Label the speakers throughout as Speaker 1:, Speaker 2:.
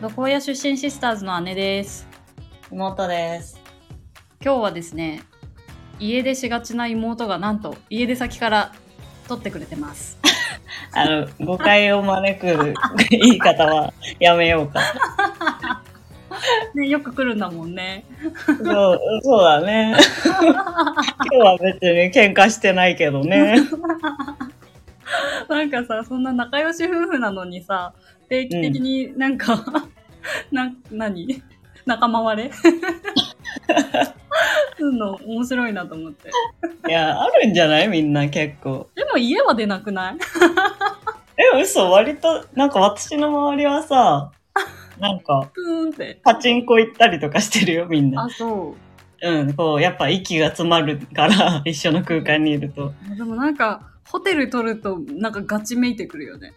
Speaker 1: どこや出身シスターズの姉です。
Speaker 2: 妹です。
Speaker 1: 今日はですね、家出しがちな妹がなんと家出先から撮ってくれてます。
Speaker 2: あの、誤解を招く 言い方はやめようか。
Speaker 1: ね、よく来るんだもんね。
Speaker 2: そう、そうだね。 今日は別に喧嘩してないけどね。
Speaker 1: なんかさ、そんな仲良し夫婦なのにさ、定期的になんか、 な、なに 仲間割れ すんの面白いなと思って。
Speaker 2: いや、あるんじゃないみんな結構。
Speaker 1: でも家は出なくない
Speaker 2: え、嘘割と、なんか私の周りはさ、なんか、
Speaker 1: プーンって。
Speaker 2: パチンコ行ったりとかしてるよ、みんな
Speaker 1: あ、。そう。
Speaker 2: うん、こう、やっぱ息が詰まるから、一緒の空間にいると。
Speaker 1: でもなんか、ホテル取ると、なんかガチめいてくるよね。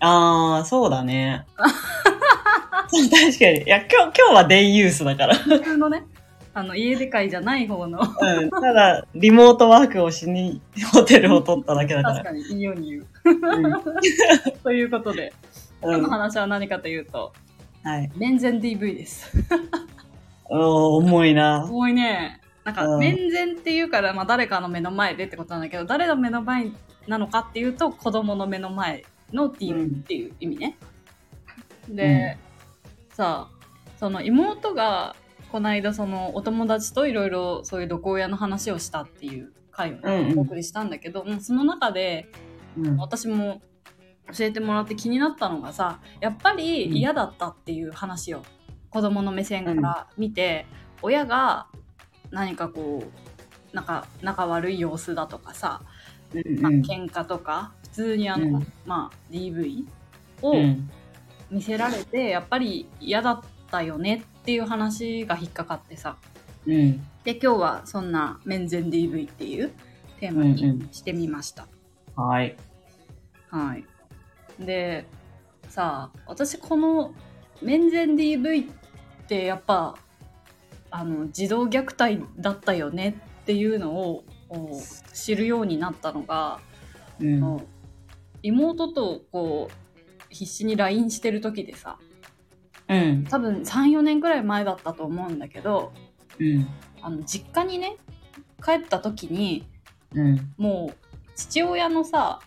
Speaker 2: あー、そうだね。そう確かに。いや、今日、今日はデイユースだから。
Speaker 1: 普通のね、あの、家出会じゃない方の、
Speaker 2: うん、ただ、リモートワークをしに、ホテルを取っただけだか
Speaker 1: 確
Speaker 2: ら。
Speaker 1: かにいいように言う。
Speaker 2: うん
Speaker 1: ということで、
Speaker 2: う
Speaker 1: 今日
Speaker 2: ん
Speaker 1: の、話は何かというと、
Speaker 2: はい。
Speaker 1: 面前 DV です。
Speaker 2: おー重いな。
Speaker 1: 多いね。なんか、
Speaker 2: うん
Speaker 1: 面前っていうから、まあ、誰かの目の前でってことなんだけど、誰の目の前なのかっていうと、子供の目の前の DV っていう意味ね。で、さあ、その妹が、この間、その、お友達といろいろそういう毒親の話をしたっていう回をね、
Speaker 2: うんうん
Speaker 1: お送りしたんだけど、もうその中で、
Speaker 2: うん。
Speaker 1: 私も教えてもらって気になったのがさやっぱり嫌だったっていう話を、子供の目線から見て、親が何かこうなんか仲悪い様子だとかさ、
Speaker 2: うん
Speaker 1: まあ、喧嘩とか普通にあの、
Speaker 2: うん
Speaker 1: まあ、DV
Speaker 2: う
Speaker 1: を
Speaker 2: ん。
Speaker 1: 見せられて、やっぱり嫌だったよねっていう話が引っかかってさ
Speaker 2: うん。
Speaker 1: で今日はそんな「面前 DV」っていうテーマ
Speaker 2: うんう
Speaker 1: に
Speaker 2: ん
Speaker 1: してみました。
Speaker 2: はい。
Speaker 1: はい。で、さあ、私この面前 DV ってやっぱ、あの、児童虐待だったよねっていうのをこう知るようになったのが、
Speaker 2: うん。
Speaker 1: もう妹とこう、必死に LINE してる時でさ、
Speaker 2: うん。
Speaker 1: 多分3、4年くらい前だったと思うんだけど、
Speaker 2: うん。
Speaker 1: あの、実家にね、帰った時に、
Speaker 2: うん。
Speaker 1: もう父親のさ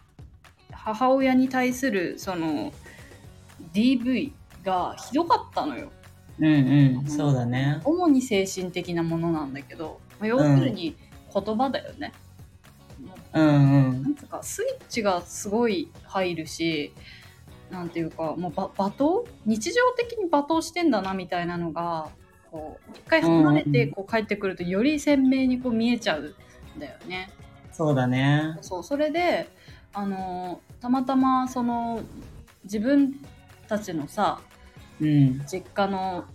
Speaker 1: 母親に対するその DV がひどかったのよ
Speaker 2: うん。うん。そうだね。
Speaker 1: 主に精神的なものなんだけど、まあ要するに言葉だよね、
Speaker 2: うん。う。
Speaker 1: なんんつうかスイッチがすごい入るしなんていうかもうば罵倒日常的に罵倒してんだなみたいなのがこう一回離れ
Speaker 2: うんう
Speaker 1: て
Speaker 2: ん
Speaker 1: こう帰ってくるとより鮮明にこう見えちゃうんだよね。
Speaker 2: そうだね。
Speaker 1: そうそれであのーたまたまその自分たちのさ
Speaker 2: うん。
Speaker 1: 実家の、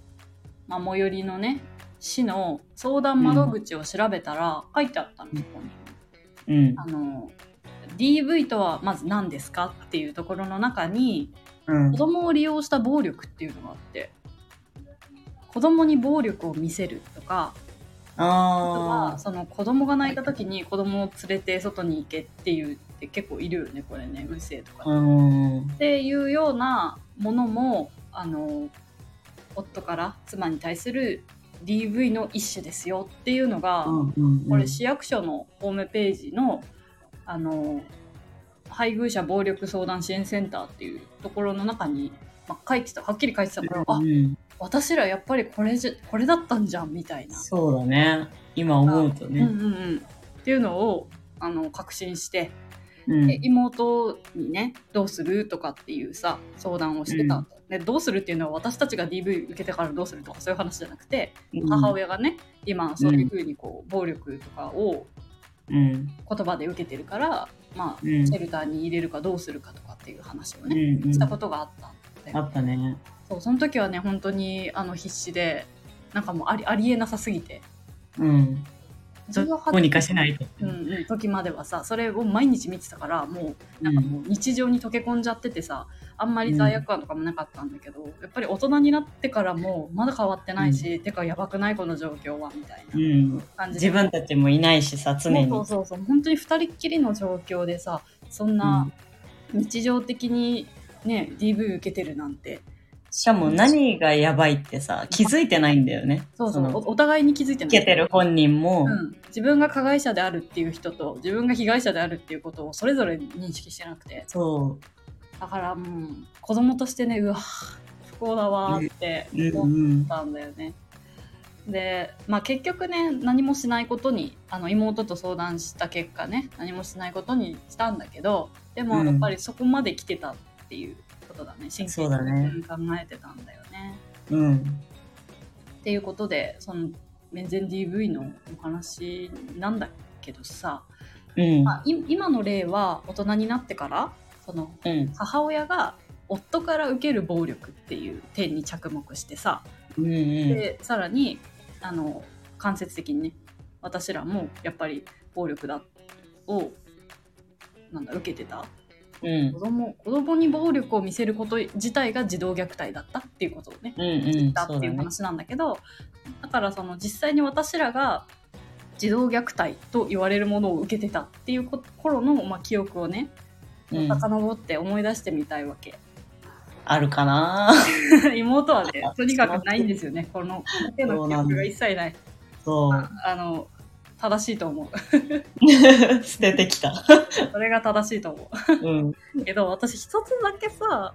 Speaker 1: まあ、最寄りのね市の相談窓口を調べたら、書いてあったのそこに。
Speaker 2: うん。
Speaker 1: あのー DV とはまず何ですかっていうところの中に
Speaker 2: うん
Speaker 1: 子。供を利用した暴力っていうのがあって子供に暴力を見せるとかあと
Speaker 2: あ
Speaker 1: はその子供が泣いた時に子供を連れて外に行けっていうって結構いるよねこれねうるせえと
Speaker 2: ー。
Speaker 1: か。
Speaker 2: うん。
Speaker 1: っていうようなものもあの夫から妻に対する DV の一種ですよっていうのが、
Speaker 2: うん。
Speaker 1: これ市役所のホームページのあの配偶者暴力相談支援センターっていうところの中に、まあ、書いてたはっきり書いてたから、
Speaker 2: う
Speaker 1: あ
Speaker 2: ん。
Speaker 1: 私らやっぱりこれじゃこれだったんじゃんみたいな。
Speaker 2: そうだね。今思うと
Speaker 1: うんう
Speaker 2: ね。
Speaker 1: んうん、っていうのをあの確信して
Speaker 2: うん
Speaker 1: で。妹にねどうするとかっていうさ相談をしてた、
Speaker 2: うん
Speaker 1: でどうするっていうのは私たちが DV 受けてからどうするとかそういう話じゃなくて、母親がね今そういうふうにこう暴力とかを
Speaker 2: うん。
Speaker 1: 言葉で受けてるから、まあ、
Speaker 2: う
Speaker 1: シ
Speaker 2: ん
Speaker 1: ェルターに入れるかどうするかとかっていう話を
Speaker 2: う
Speaker 1: ね、
Speaker 2: ん。
Speaker 1: したことがあったんだ
Speaker 2: あ
Speaker 1: よ
Speaker 2: ったね。
Speaker 1: そうその時はね本当にあの必死でなんかもうありありえなさすぎて
Speaker 2: うん。ど
Speaker 1: 18
Speaker 2: うにかしないと。
Speaker 1: うんうん、時まではさそれを毎日見てたからもうなんかもう日常に溶け込んじゃっててさあんまり罪悪感とかもなかったんだけど、やっぱり大人になってからもまだ変わってないし、てかやばくないこの状況はみたい
Speaker 2: うん。
Speaker 1: な感じで
Speaker 2: 自分たちもいないしさ常に
Speaker 1: そうそうそうそう本当に2人っきりの状況でさそんな日常的にね、DV 受けてるなんて
Speaker 2: しかも何がやばいってさ、気づいてないんだよね。
Speaker 1: そうそう
Speaker 2: の
Speaker 1: おお互いに気づいてない
Speaker 2: 受けてる本人も、
Speaker 1: うん、自分が加害者であるっていう人と自分が被害者であるっていうことをそれぞれ認識してなくて
Speaker 2: そ
Speaker 1: だからもう子供としてねうわ不幸だわーって
Speaker 2: う、うん
Speaker 1: 思っ
Speaker 2: うん、
Speaker 1: たんだよね。で、まあ、結局ね何もしないことにあの妹と相談した結果ね何もしないことにしたんだけどで
Speaker 2: う
Speaker 1: も
Speaker 2: ん
Speaker 1: やっぱりそこまで来てたっていうことだね真
Speaker 2: そ
Speaker 1: 剣
Speaker 2: うだね
Speaker 1: に考えてたんだよね。
Speaker 2: うん、
Speaker 1: っていうことでその面前 DV のお話なんだけどさ、
Speaker 2: うん、
Speaker 1: まあ、い今の例は大人になってからその
Speaker 2: うん、
Speaker 1: 母親が夫から受ける暴力っていう点に着目してさ
Speaker 2: うん、うん、
Speaker 1: でさらにあの間接的にね私らもやっぱり暴力だをなんだ受けてた
Speaker 2: うん
Speaker 1: 子、供子供に暴力を見せること自体が児童虐待だったっていうことをね
Speaker 2: うん、う
Speaker 1: 知っ
Speaker 2: ん、
Speaker 1: た
Speaker 2: そ
Speaker 1: っ
Speaker 2: う
Speaker 1: て
Speaker 2: だ
Speaker 1: いう
Speaker 2: ね。
Speaker 1: 話なんだけど、だからその実際に私らが児童虐待と言われるものを受けてたっていうこ頃の、まあ、記憶をね
Speaker 2: うん、
Speaker 1: 遡って思い出してみたいわけ、
Speaker 2: あるかな
Speaker 1: 妹はねとにかくないんですよねこの手の記憶が一切ない
Speaker 2: そう。
Speaker 1: あの正しいと思う
Speaker 2: 捨ててきた。
Speaker 1: それが正しいと思
Speaker 2: うん、
Speaker 1: う けど私一つだけさ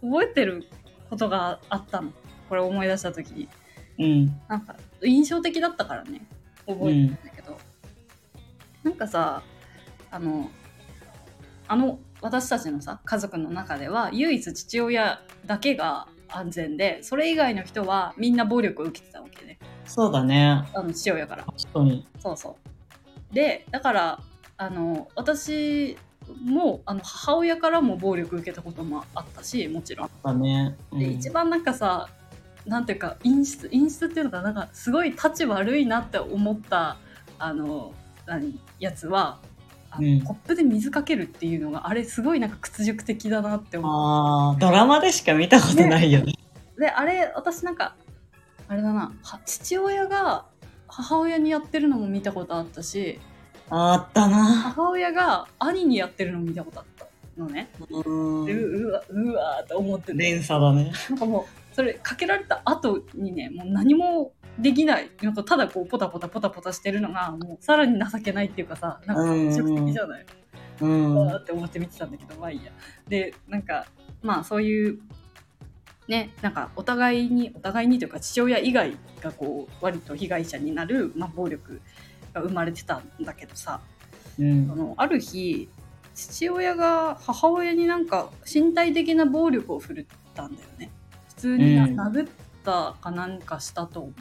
Speaker 1: 覚えてることがあったのこれ思い出した時に
Speaker 2: うん、
Speaker 1: なんか印象的だったからね覚えてたんだけど、なんかさあのあの私たちのさ家族の中では唯一父親だけが安全でそれ以外の人はみんな暴力を受けてたわけね
Speaker 2: そうだね。
Speaker 1: あの父親から
Speaker 2: 確かに。
Speaker 1: そうそうでだからあの私もあの母親からも暴力受けたこともあったしもちろん
Speaker 2: だね。うん
Speaker 1: で一番なんかさなんていうか陰湿陰湿っていうのかななんかすごい立ち悪いなって思ったあの何やつはあの、
Speaker 2: うん
Speaker 1: コップで水かけるっていうのがあれすごいなんか屈辱的だなって思
Speaker 2: ああ、ドラマでしか見たことないよね。
Speaker 1: うであれ私なんかあれだなは父親が母親にやってるのも見たことあったし
Speaker 2: あったな。
Speaker 1: 母親が兄にやってるのも見たことあったのね、で
Speaker 2: うん。
Speaker 1: ううわうわーって思ってて
Speaker 2: 連鎖だね。
Speaker 1: なんかもうそれかけられた後にねもう何もできないなんかただこうポタポタポタポタしてるのがもうさらに情けないっていうかさなんか
Speaker 2: うんうん
Speaker 1: 直的じゃない、
Speaker 2: うん。
Speaker 1: わーって思って見てたんだけどまあいいやでなんかまあそういうねなんかお互いにお互いにというか父親以外がこう割と被害者になる、まあ、暴力が生まれてたんだけどさ
Speaker 2: う
Speaker 1: あ
Speaker 2: ん。
Speaker 1: のある日父親が母親になんか身体的な暴力を振るったんだよね普通にな、
Speaker 2: うん
Speaker 1: 殴ったかなんかしたと思う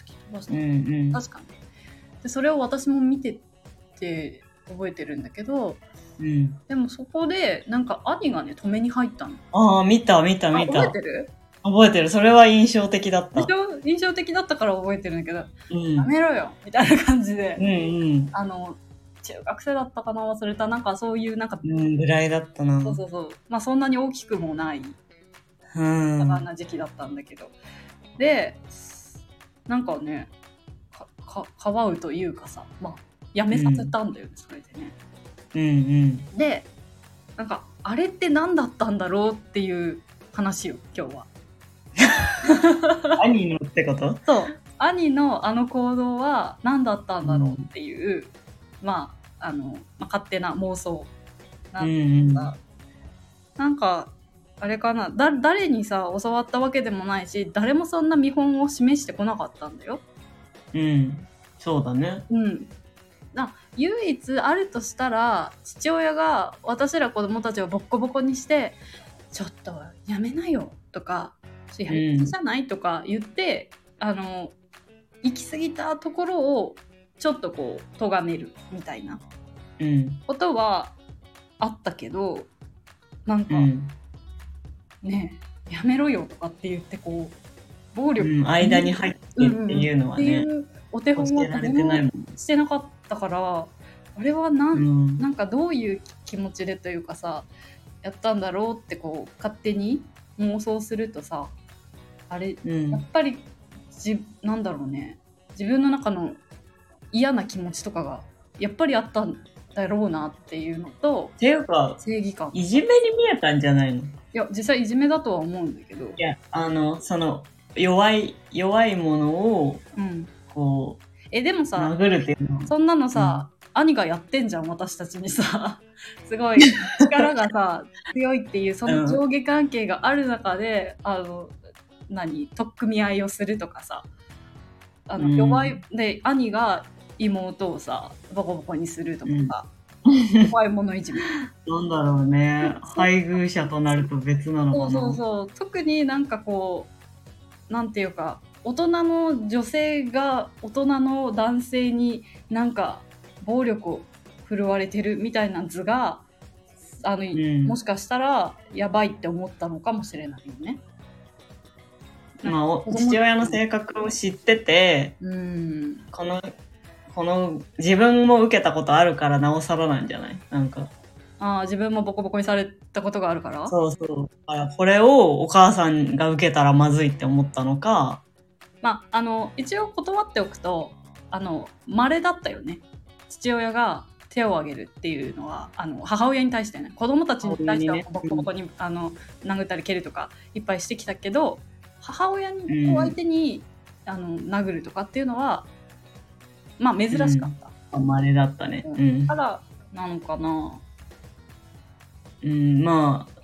Speaker 1: 突き飛ばした、
Speaker 2: うん。うん。
Speaker 1: 確かにでそれを私も見てて覚えてるんだけど
Speaker 2: うん。
Speaker 1: でもそこでなんか兄がね止めに入ったの
Speaker 2: ああ、見た、見た、
Speaker 1: あ
Speaker 2: 見
Speaker 1: 覚
Speaker 2: た。
Speaker 1: えてる
Speaker 2: 覚えてる。それは印象的だった
Speaker 1: 印。象印象的だったから覚えてるんだけど、
Speaker 2: うん。
Speaker 1: やめろよみたいな感じで、
Speaker 2: うん
Speaker 1: あの中学生だったかな忘れたなんかそういうなんか
Speaker 2: うん。うん、ぐらいだったな。
Speaker 1: そうそうそう。まあそんなに大きくもない、
Speaker 2: う
Speaker 1: あん
Speaker 2: ん。
Speaker 1: な時期だったんだけど。で、なんかね、か、か、かわうというかさ、まあ、やめさせたんだよね、それでね。
Speaker 2: うんうん。
Speaker 1: で、なんか、あれって何だったんだろうっていう話よ、今日は。
Speaker 2: 兄のってこと
Speaker 1: そう。兄のあの行動は何だったんだろうっていう、まあ、あの、まあ勝手な妄想な
Speaker 2: うんん
Speaker 1: だ
Speaker 2: うん。
Speaker 1: なんかあれかなだ誰にさ教わったわけでもないし誰もそんな見本を示してこなかったんだよ。
Speaker 2: うん。そうだね。
Speaker 1: うん、な唯一あるとしたら父親が私ら子供たちをボッコボコにして「ちょっとやめなよ」とか「ちょっとやりすぎじゃない?」とか言って、あの行き過ぎたところをちょっとこう咎めるみたいな
Speaker 2: うん。
Speaker 1: ことはあったけどなん
Speaker 2: う
Speaker 1: か。
Speaker 2: ん。
Speaker 1: ねえやめろよとかって言ってこう暴
Speaker 2: う
Speaker 1: 力
Speaker 2: ん、間に入ってっていうの
Speaker 1: っ
Speaker 2: は
Speaker 1: てい
Speaker 2: ね、
Speaker 1: うお手本
Speaker 2: 教え
Speaker 1: は
Speaker 2: ら
Speaker 1: 誰
Speaker 2: れてない
Speaker 1: も
Speaker 2: もん。
Speaker 1: してなかったからあれはなん,、
Speaker 2: うん
Speaker 1: なんかどういう気持ちでというかさやったんだろうってこう勝手に妄想するとさあれ
Speaker 2: う
Speaker 1: や
Speaker 2: ん
Speaker 1: っぱりじなんだろうね自分の中の嫌な気持ちとかがやっぱりあったんだろうなっていうのと
Speaker 2: ていうか、
Speaker 1: 正義感い
Speaker 2: いじめに見えたんじゃないのい
Speaker 1: や実際いじめだとは思うんだけど、
Speaker 2: や、あの、その、弱い、弱いものを、
Speaker 1: うん、
Speaker 2: こ
Speaker 1: えでも
Speaker 2: う、
Speaker 1: さ
Speaker 2: 殴るっていうのは。
Speaker 1: そんなのさ、兄がやってんじゃん私たちにさ すごい力が さ強いっていうその上下関係がある中で、あの何取っ組み合いをするとかさあの
Speaker 2: うん
Speaker 1: 弱い、で兄が妹をさボコボコにするとかさ、 弱い者いじめ
Speaker 2: なんだろうね。配偶者となると別なのか
Speaker 1: そ
Speaker 2: な。
Speaker 1: うそうそう特になんかこうなんていうか大人の女性が大人の男性になんか暴力を振るわれてるみたいな図があの、
Speaker 2: ん
Speaker 1: もしかしたらやばいって思ったのかもしれないよね。
Speaker 2: まあ、お
Speaker 1: 子供
Speaker 2: 父親の性格を知ってて、
Speaker 1: うん
Speaker 2: この、この、自分も受けたことあるから、なおさらなんじゃないなんか。
Speaker 1: あー自分もボコボコにされたことがあるから
Speaker 2: そうそう。だからこれをお母さんが受けたらまずいって思ったのか、
Speaker 1: まあ、あの一応断っておくとあの稀だったよね父親が手を挙げるっていうのはあの母親に対してね子供たちに対してはボ
Speaker 2: 母親にね
Speaker 1: コボコに、あの殴ったり蹴るとかいっぱいしてきたけど母親
Speaker 2: う
Speaker 1: に
Speaker 2: ん
Speaker 1: お相手に、あの殴るとかっていうのはまあ珍しかった、
Speaker 2: まれだったね。うん
Speaker 1: か。らなのかな
Speaker 2: うん、まあ、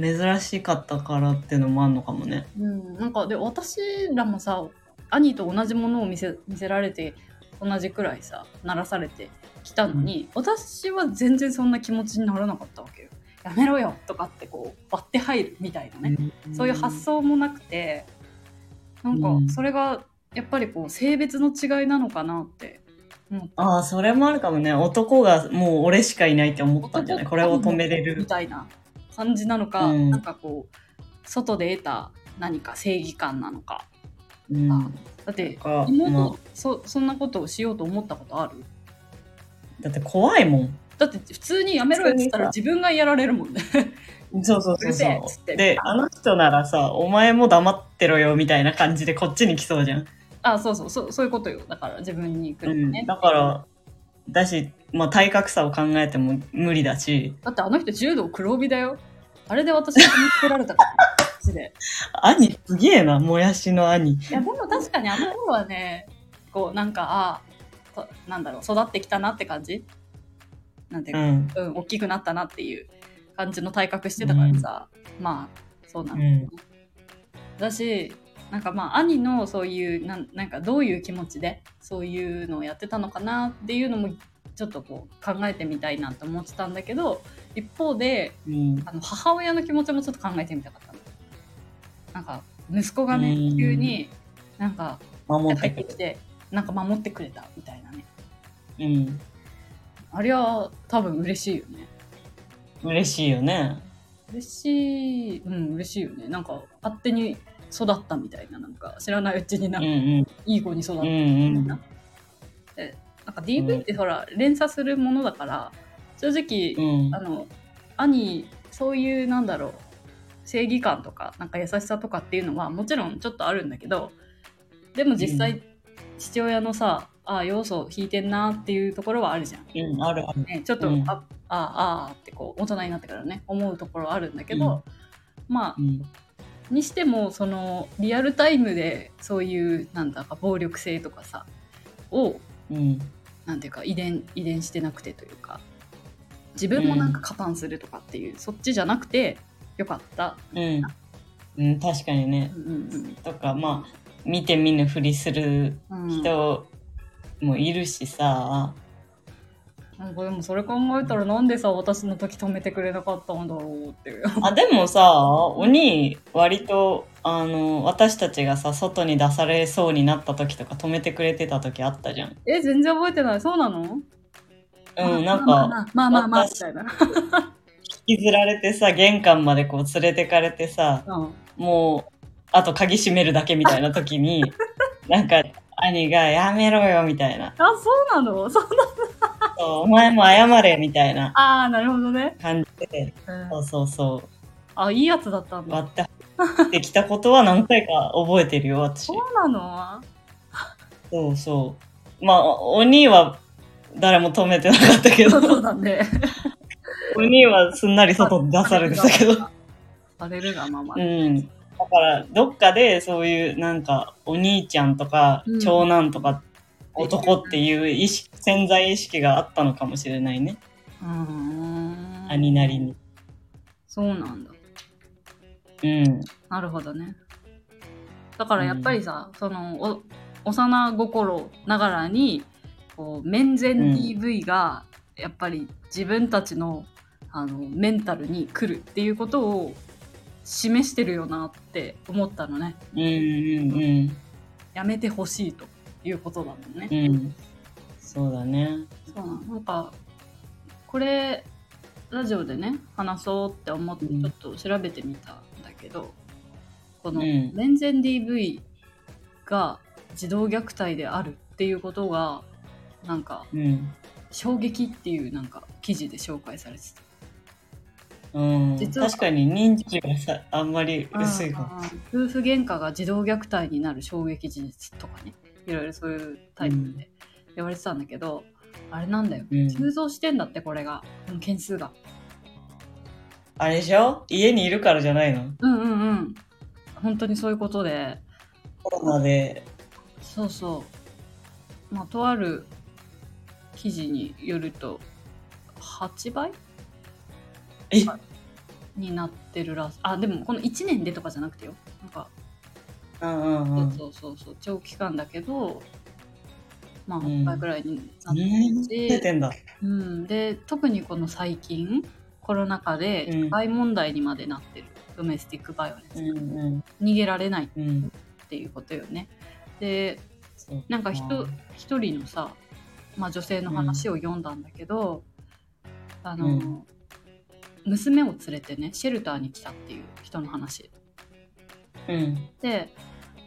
Speaker 2: 珍しかったからっていうのもあるのかもね。
Speaker 1: うん、なんかで私らもさ兄と同じものを見せ見せられて同じくらいさ鳴らされてきたのに、私は全然そんな気持ちにならなかったわけよ。やめろよとかってこう割って入るみたいなね、そういう発想もなくてなん
Speaker 2: うん
Speaker 1: かそれがやっぱりこう性別の違いなのかなって思った
Speaker 2: ああ、それもあるかもね。男がもう俺しかいないって思ったんじゃないこれを止めれ
Speaker 1: み
Speaker 2: る。
Speaker 1: たいな感じなのか、
Speaker 2: うん
Speaker 1: なんかこう外で得た何か正義感なのか
Speaker 2: うん。
Speaker 1: あだって
Speaker 2: か
Speaker 1: 妹、
Speaker 2: ま
Speaker 1: そそんなことをしようと思ったことある
Speaker 2: あ、だって怖いもん。
Speaker 1: だって普通にやめろよっつったら
Speaker 2: 普
Speaker 1: 自分がやられるもんね
Speaker 2: そうそう
Speaker 1: う
Speaker 2: そう
Speaker 1: るせ
Speaker 2: そ
Speaker 1: えっつって
Speaker 2: う。で、あの人ならさ、お前も黙ってろよみたいな感じでこっちに来そうじゃん。
Speaker 1: あそうそうそうそういうことよだから自分に来るのね、
Speaker 2: だから、だし、まあ、体格差を考えても無理だし、
Speaker 1: だってあの人柔道黒帯だよあれで私につけられたからマジで
Speaker 2: 兄すげえな、もやしの兄。
Speaker 1: いやでも確かにあの頃はねこうなんかああとなんだろう育ってきたなって感じなんていう
Speaker 2: う
Speaker 1: か、
Speaker 2: ん。
Speaker 1: うん大きくなったなっていう感じの体格してたからさ、まあそうな
Speaker 2: う
Speaker 1: の、
Speaker 2: ん。
Speaker 1: だしなんかまあ兄のそういうなんなんかどういう気持ちでそういうのをやってたのかなっていうのもちょっとこう考えてみたいなと思ってたんだけど一方で
Speaker 2: うん。
Speaker 1: あの母親の気持ちもちょっと考えてみたかったのなんか息子がね
Speaker 2: うん
Speaker 1: 急になんか
Speaker 2: 守っ
Speaker 1: 帰
Speaker 2: て
Speaker 1: って
Speaker 2: くる
Speaker 1: き。てなんか守ってくれたみたいなね
Speaker 2: うん。
Speaker 1: あれは多分嬉しいよね
Speaker 2: 嬉しいよね。
Speaker 1: 嬉しいうん嬉しいよねなんか勝手に育ったみたいななんか知らないうちにな
Speaker 2: うんん
Speaker 1: か
Speaker 2: うん。
Speaker 1: いい子に育った
Speaker 2: うんうん。
Speaker 1: でなんか DV ってほら、連鎖するものだから正直、
Speaker 2: うん
Speaker 1: あの兄そういうなんだろう正義感とかなんか優しさとかっていうのはもちろんちょっとあるんだけどでも実際、
Speaker 2: う
Speaker 1: 父親のさあ要素を引いてんなっていうところはあるじゃん。
Speaker 2: うん。あるある。
Speaker 1: ね、ちょっと、
Speaker 2: うん
Speaker 1: あああーってこう大人になってからね思うところはあるんだけど、まあ
Speaker 2: うん。
Speaker 1: にしてもそのリアルタイムでそういうなんだか暴力性とかさを
Speaker 2: うん。
Speaker 1: なんていうか遺伝遺伝してなくてというか自分もなんか加担するとかっていう、そっちじゃなくてよかった、
Speaker 2: うん。うん、確かにね
Speaker 1: う。ん
Speaker 2: とか、まあ、見て見ぬふりする
Speaker 1: うんうん、
Speaker 2: 人もいるしさ。
Speaker 1: なんかでもそれ考えたらなんでさ私の時止めてくれなかったんだろうっていう。
Speaker 2: あでもさ鬼割とあの私たちがさ外に出されそうになった時とか止めてくれてた時あったじゃん。
Speaker 1: え全然覚えてないそうなの
Speaker 2: うん、なん
Speaker 1: まあまあ
Speaker 2: か
Speaker 1: まあまあまあみ
Speaker 2: 私
Speaker 1: たいな。
Speaker 2: 引きずられてさ玄関までこう連れてかれてさ
Speaker 1: うん
Speaker 2: もうあと鍵閉めるだけみたいな時になんか兄が「やめろよ」みたいな
Speaker 1: あそうなのそうな
Speaker 2: 「そうお前も謝れ」みたいな
Speaker 1: ああなるほどね。
Speaker 2: 感じで
Speaker 1: うん
Speaker 2: そうそうそう
Speaker 1: あいいやつだったんだ。
Speaker 2: 割って入ってきたことは何回か覚えてるよ私
Speaker 1: そ。うなの
Speaker 2: そうそう。まあ、鬼は誰も止めてなかったけど、
Speaker 1: そうだ ね。
Speaker 2: 鬼はすんなり外に出されてたけど。
Speaker 1: バレるがまま
Speaker 2: う。ん。だから、どっかでそういう、なんか、お兄ちゃんとか
Speaker 1: うん、
Speaker 2: 長男とか、男っていう意識、潜在意識があったのかもしれないね。
Speaker 1: うん。
Speaker 2: 兄なりに。
Speaker 1: そうなんだ。
Speaker 2: うん。
Speaker 1: なるほどね。だからやっぱりさ、そのお幼心ながらにこう面前 DV がやっぱり自分たちの,、あのメンタルに来るっていうことを示してるよなって思ったのね。
Speaker 2: うんうん
Speaker 1: やめてほしいということだもんね
Speaker 2: うん。。うん。そうだね。
Speaker 1: そうなのなんかこれラジオでね話そうって思って
Speaker 2: うん
Speaker 1: ちょっと調べてみたんだけど、この
Speaker 2: うん
Speaker 1: 面前 DV が児童虐待であるっていうことがなんか
Speaker 2: うん。
Speaker 1: 衝撃っていうなんか記事で紹介されてた。
Speaker 2: うん、
Speaker 1: 実は
Speaker 2: 確かに認知がさあんまり薄いかも。
Speaker 1: あー夫婦喧嘩が児童虐待になる衝撃事実とかねいろいろそういうタイトルで言われてたんだけど、あれなんだよ
Speaker 2: うん、
Speaker 1: 急増してんだってこれがこの件数が。
Speaker 2: あれでしょ家にいるからじゃないの
Speaker 1: うんうんうん本当にそういうことで
Speaker 2: コロナで。
Speaker 1: そうそうまあとある記事によると8倍
Speaker 2: え
Speaker 1: になってるらしあでもこの1年でとかじゃなくてよなんか、
Speaker 2: うんうんうん。
Speaker 1: そうそうそう長期間だけどまあ
Speaker 2: うん
Speaker 1: 8倍ぐらいになっ
Speaker 2: う
Speaker 1: て
Speaker 2: ん、
Speaker 1: る
Speaker 2: 出
Speaker 1: し、
Speaker 2: てんだ。
Speaker 1: うんで特にこの最近コロナ禍で
Speaker 2: うん
Speaker 1: 社会問題にまでなってる、ドメスティックバイオレンス、
Speaker 2: うんうん
Speaker 1: 逃げられない
Speaker 2: うん。
Speaker 1: っていうことよね。で
Speaker 2: そうか
Speaker 1: なんか人一人のさ、まあ、女性の話を読んだんだけど、あの、
Speaker 2: うん
Speaker 1: 娘を連れてねシェルターに来たっていう人の話
Speaker 2: うん
Speaker 1: で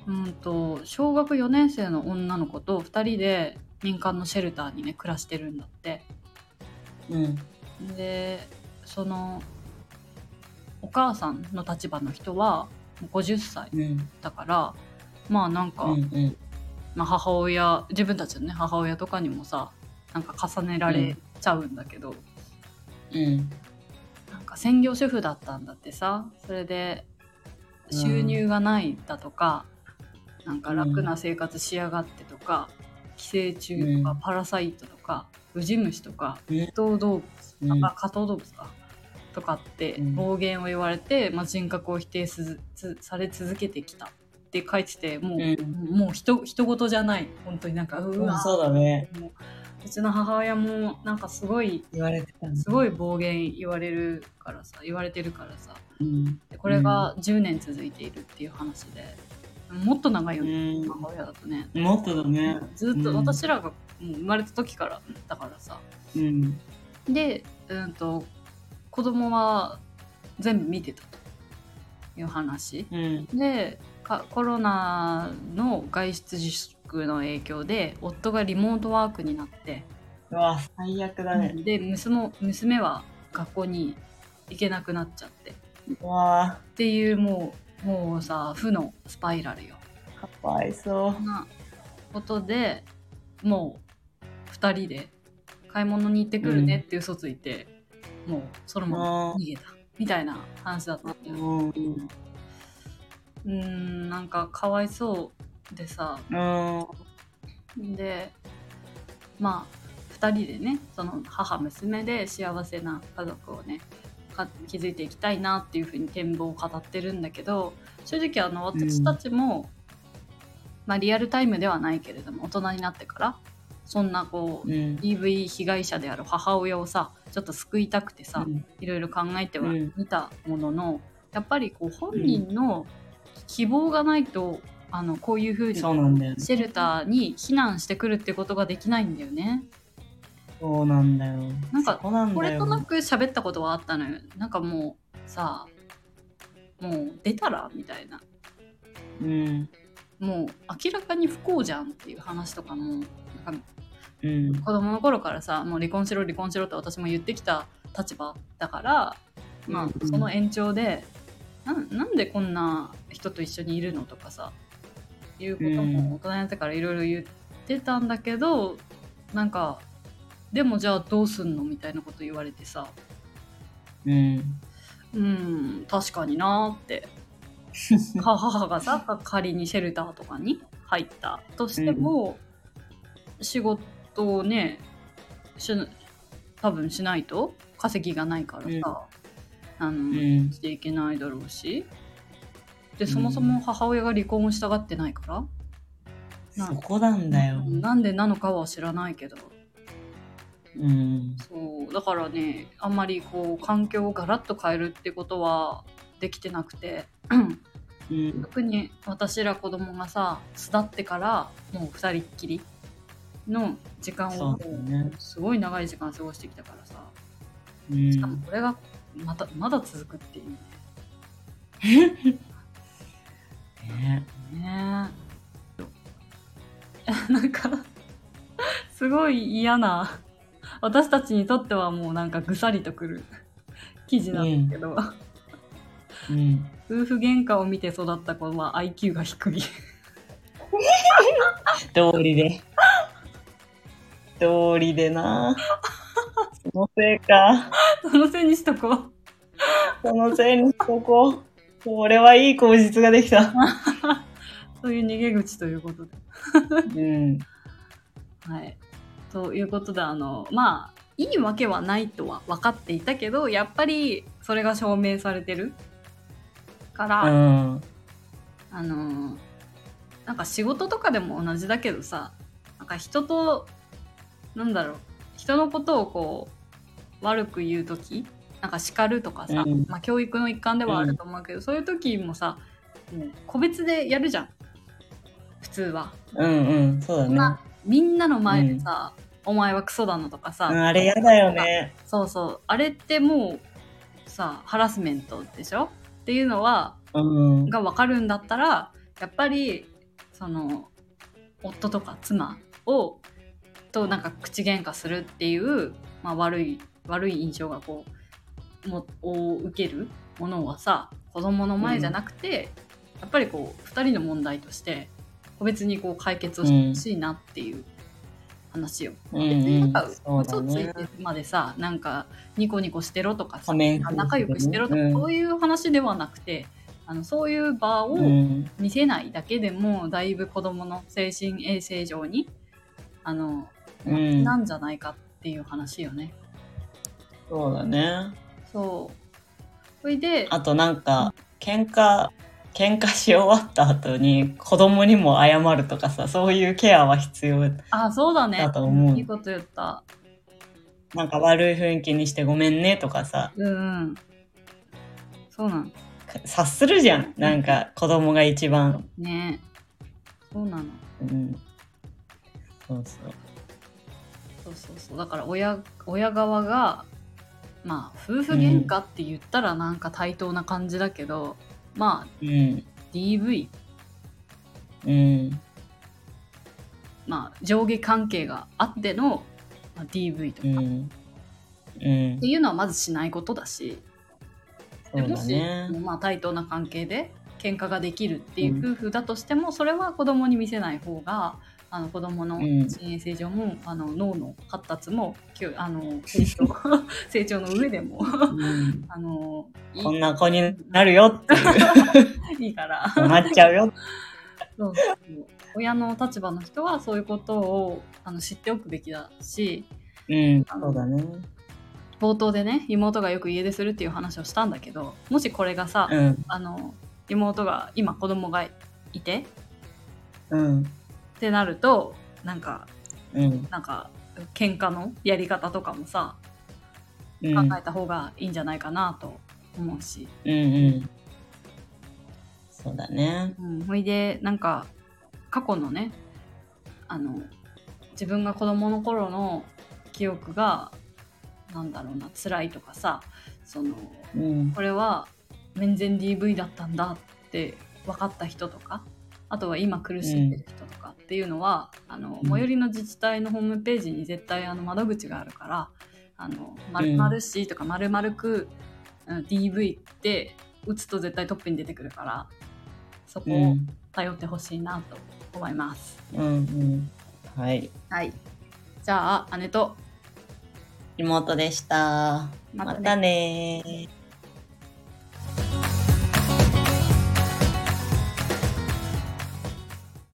Speaker 1: うんと小学4年生の女の子と2人で民間のシェルターにね暮らしてるんだって
Speaker 2: うん
Speaker 1: でそのお母さんの立場の人は50歳
Speaker 2: うん
Speaker 1: だからまあなんか、
Speaker 2: うんうん
Speaker 1: まあ、母親自分たちのね母親とかにもさなんか重ねられちゃうんだけど、
Speaker 2: うん
Speaker 1: なんか専業主婦だったんだってさそれで
Speaker 2: うん
Speaker 1: 収入がないだとか、なんか楽な生活しやがってとか、寄生虫と
Speaker 2: う
Speaker 1: か
Speaker 2: ん
Speaker 1: パラサイトとかウジ虫とか
Speaker 2: うん
Speaker 1: 不動動物
Speaker 2: うん
Speaker 1: あ加藤動物かとかって
Speaker 2: うん
Speaker 1: 暴言を言われて、まあ、人格を否定すずつされ続けてきたって書いててもう,、
Speaker 2: うん
Speaker 1: もうひと人事じゃない本当になんかう
Speaker 2: う
Speaker 1: わ
Speaker 2: んそうだね
Speaker 1: もううちの母親もなんかすごい
Speaker 2: 言われてた
Speaker 1: すごい暴言言われるからさ言われてるからさ
Speaker 2: うん
Speaker 1: でこれが10年続いているっていう話で、もっと長いよ
Speaker 2: う
Speaker 1: ね、
Speaker 2: ん
Speaker 1: 母親だとね
Speaker 2: もっとだね
Speaker 1: ずっと
Speaker 2: うん
Speaker 1: 私らがもう生まれた時からだからさ、
Speaker 2: うん
Speaker 1: で、うん、と子供は全部見てたという話
Speaker 2: うん
Speaker 1: でかコロナの外出自粛の影響で夫がリモートワークになって、
Speaker 2: うわ最悪だね
Speaker 1: で娘も娘は学校に行けなくなっちゃってっ
Speaker 2: うわ
Speaker 1: ていうもうもうさ負のスパイラルよ。
Speaker 2: かわいそ
Speaker 1: そんなことでもう2人で買い物に行ってくるねって嘘ついて、もうその
Speaker 2: う
Speaker 1: まま
Speaker 2: も
Speaker 1: 逃げたみたいな話だったんだ
Speaker 2: う
Speaker 1: よ
Speaker 2: うん
Speaker 1: うーんなんかかわいそうでさ
Speaker 2: うん
Speaker 1: でまあ2人でねその母娘で幸せな家族をねか築いていきたいなっていうふうに展望を語ってるんだけど正直あの私たちも、まあ、リアルタイムではないけれども大人になってからそんなこう
Speaker 2: うん
Speaker 1: DV 被害者である母親をさちょっと救いたくてさ、いろいろ考えては
Speaker 2: うん
Speaker 1: 見たものの、やっぱりこう本人の希望がないと、あのこういうふうにシ
Speaker 2: そうなんだよね
Speaker 1: ェルターに避難してくるってことができないんだよね。
Speaker 2: そうなんだよ
Speaker 1: なんか
Speaker 2: そこなん
Speaker 1: こ
Speaker 2: だ
Speaker 1: れ
Speaker 2: よ
Speaker 1: となく喋ったことはあったのよ。なんかもうさもう出たらみたいな
Speaker 2: うん
Speaker 1: もう明らかに不幸じゃんっていう話とかもなんか
Speaker 2: うん
Speaker 1: 子供の頃からさもう離婚しろ離婚しろって私も言ってきた立場だから、ま
Speaker 2: う
Speaker 1: あ、
Speaker 2: ん
Speaker 1: その延長でななんでこんな人と一緒にいるのとかさいうことも大人になってからいろいろ言ってたんだけど、なんかでもじゃあどうすんのみたいなこと言われてさ
Speaker 2: うん。
Speaker 1: うん確かになーって 母母がさ仮にシェルターとかに入ったとしても、仕事をねし多分しないと稼ぎがないからさ、あの
Speaker 2: うん。
Speaker 1: していけないだろうしでそもそも母親が離婚をしたがってないから、な
Speaker 2: そこなんだよ。
Speaker 1: なんでなのかは知らないけど
Speaker 2: うん。
Speaker 1: そうだからねあんまりこう環境をガラッと変えるってことはできてなくて
Speaker 2: うん。
Speaker 1: 特に私ら子供がさ巣立ってからもう2人っきりの時間
Speaker 2: そ
Speaker 1: を
Speaker 2: うだよね。
Speaker 1: すごい長い時間過ごしてきたからさ
Speaker 2: う
Speaker 1: しかも
Speaker 2: ん。
Speaker 1: これがまたまだ続くっていう
Speaker 2: ね
Speaker 1: ね いやなんかすごい嫌な私たちにとってはもうなんかぐさりとくる記事なんだけど、
Speaker 2: うん。
Speaker 1: 夫婦喧嘩を見て育った子は IQ が低い
Speaker 2: 道理で。道理でな。そのせいか。
Speaker 1: そのせいにしとこう
Speaker 2: そのせいにしとこう。これはいい口実ができた。
Speaker 1: そういう逃げ口ということで
Speaker 2: うん。
Speaker 1: はいということであのまあいいわけはないとは分かっていたけどやっぱりそれが証明されてるから、
Speaker 2: うん。
Speaker 1: あのーなんか仕事とかでも同じだけどさなんか人となんだろう人のことをこう悪く言う時なんか叱るとかさ、
Speaker 2: うん
Speaker 1: まあ、教育の一環ではあると思うけど、そういう時もさもう個別でやるじゃん普通は。
Speaker 2: うんうん。そうだ
Speaker 1: そ
Speaker 2: ね
Speaker 1: ん。なみんなの前でさ、お前はクソだのとかさ、
Speaker 2: うん、あれやだよね。
Speaker 1: そうそうあれってもうさハラスメントでしょっていうのは
Speaker 2: うん。
Speaker 1: が分かるんだったらやっぱりその夫とか妻をとなんか口喧嘩するっていう、まあ、悪い悪い印象がこうもを受けるものはさ子供の前じゃなくて、やっぱりこう2人の問題として個別にこう解決をしてほしいなっていう話を。
Speaker 2: うん
Speaker 1: 別に
Speaker 2: う
Speaker 1: なんんか
Speaker 2: そうだ
Speaker 1: 嘘つい
Speaker 2: ね
Speaker 1: て。までさなんかニコニコしてろとかさ
Speaker 2: 仮面
Speaker 1: 仲良くしてろとか、
Speaker 2: うん
Speaker 1: そういう話ではなくてあのそういう場
Speaker 2: う
Speaker 1: を
Speaker 2: ん。
Speaker 1: 見せないだけでも、だいぶ子供の精神衛生上にあの、
Speaker 2: うん。
Speaker 1: なんじゃないかっていう話よね。
Speaker 2: そうだね。
Speaker 1: そうそれで
Speaker 2: あとなんか、喧嘩、喧嘩し終わった後に子供にも謝るとかさ、そういうケアは必要。
Speaker 1: あそうだね
Speaker 2: だと思うん
Speaker 1: いいこと言った。
Speaker 2: なんか悪い雰囲気にしてごめんねとかさ、
Speaker 1: うん、うん、そうなん
Speaker 2: 察するじゃん。なんか子供が一番。
Speaker 1: ねそうなの
Speaker 2: うん。そうそう。
Speaker 1: そうそうそうだから親親側がまあ夫婦喧嘩って言ったらなんか対等な感じだけど、まあ
Speaker 2: うん。
Speaker 1: DV
Speaker 2: うん。
Speaker 1: まあ上下関係があっての、まあ、DV と
Speaker 2: う
Speaker 1: か、っ
Speaker 2: ん。うん
Speaker 1: て。いうのはまずしないことだし、で
Speaker 2: そう
Speaker 1: も
Speaker 2: だ
Speaker 1: し、
Speaker 2: ね。
Speaker 1: まあ、対等な関係で喧嘩ができるっていう夫婦だとしても、それは子供に見せない方があの子供の
Speaker 2: うん
Speaker 1: 心衛生上も、あの脳の発達もきゅあ の成長成長の上でも
Speaker 2: うん
Speaker 1: あのいい
Speaker 2: こんな子になるよっていう。
Speaker 1: いいから。
Speaker 2: なっちゃうよ。
Speaker 1: そうそう親の立場の人はそういうことをあの知っておくべきだし
Speaker 2: うん、そうだね。
Speaker 1: 冒頭でね妹がよく家出するっていう話をしたんだけどもしこれがさ、
Speaker 2: うん、
Speaker 1: あの妹が今子供がいてっ
Speaker 2: うん、
Speaker 1: てなるとなんか
Speaker 2: うん、
Speaker 1: なんか喧嘩のやり方とかもさ
Speaker 2: うん、
Speaker 1: 考
Speaker 2: うん、
Speaker 1: えた方がいいんじゃないかなと思うし、
Speaker 2: うん。そうだね。
Speaker 1: うん、ほいでなんか過去のねあの自分が子供の頃の記憶がなんだろうな辛いとかさその
Speaker 2: うん、
Speaker 1: これは面前 DV だったんだって分かった人とかあとは今苦しんでる人とかっていうのは、あの
Speaker 2: うん
Speaker 1: 最寄りの自治体のホームページに絶対あの窓口があるから「あの
Speaker 2: うん
Speaker 1: 〇〇市」とか「〇〇区うん DV」って打つと絶対トップに出てくるからそこ
Speaker 2: う
Speaker 1: を
Speaker 2: ん、
Speaker 1: 頼ってほしいなと思います。
Speaker 2: うん、うん。はい。
Speaker 1: はいじゃあ姉と
Speaker 2: 妹でした。
Speaker 1: またね
Speaker 2: またねー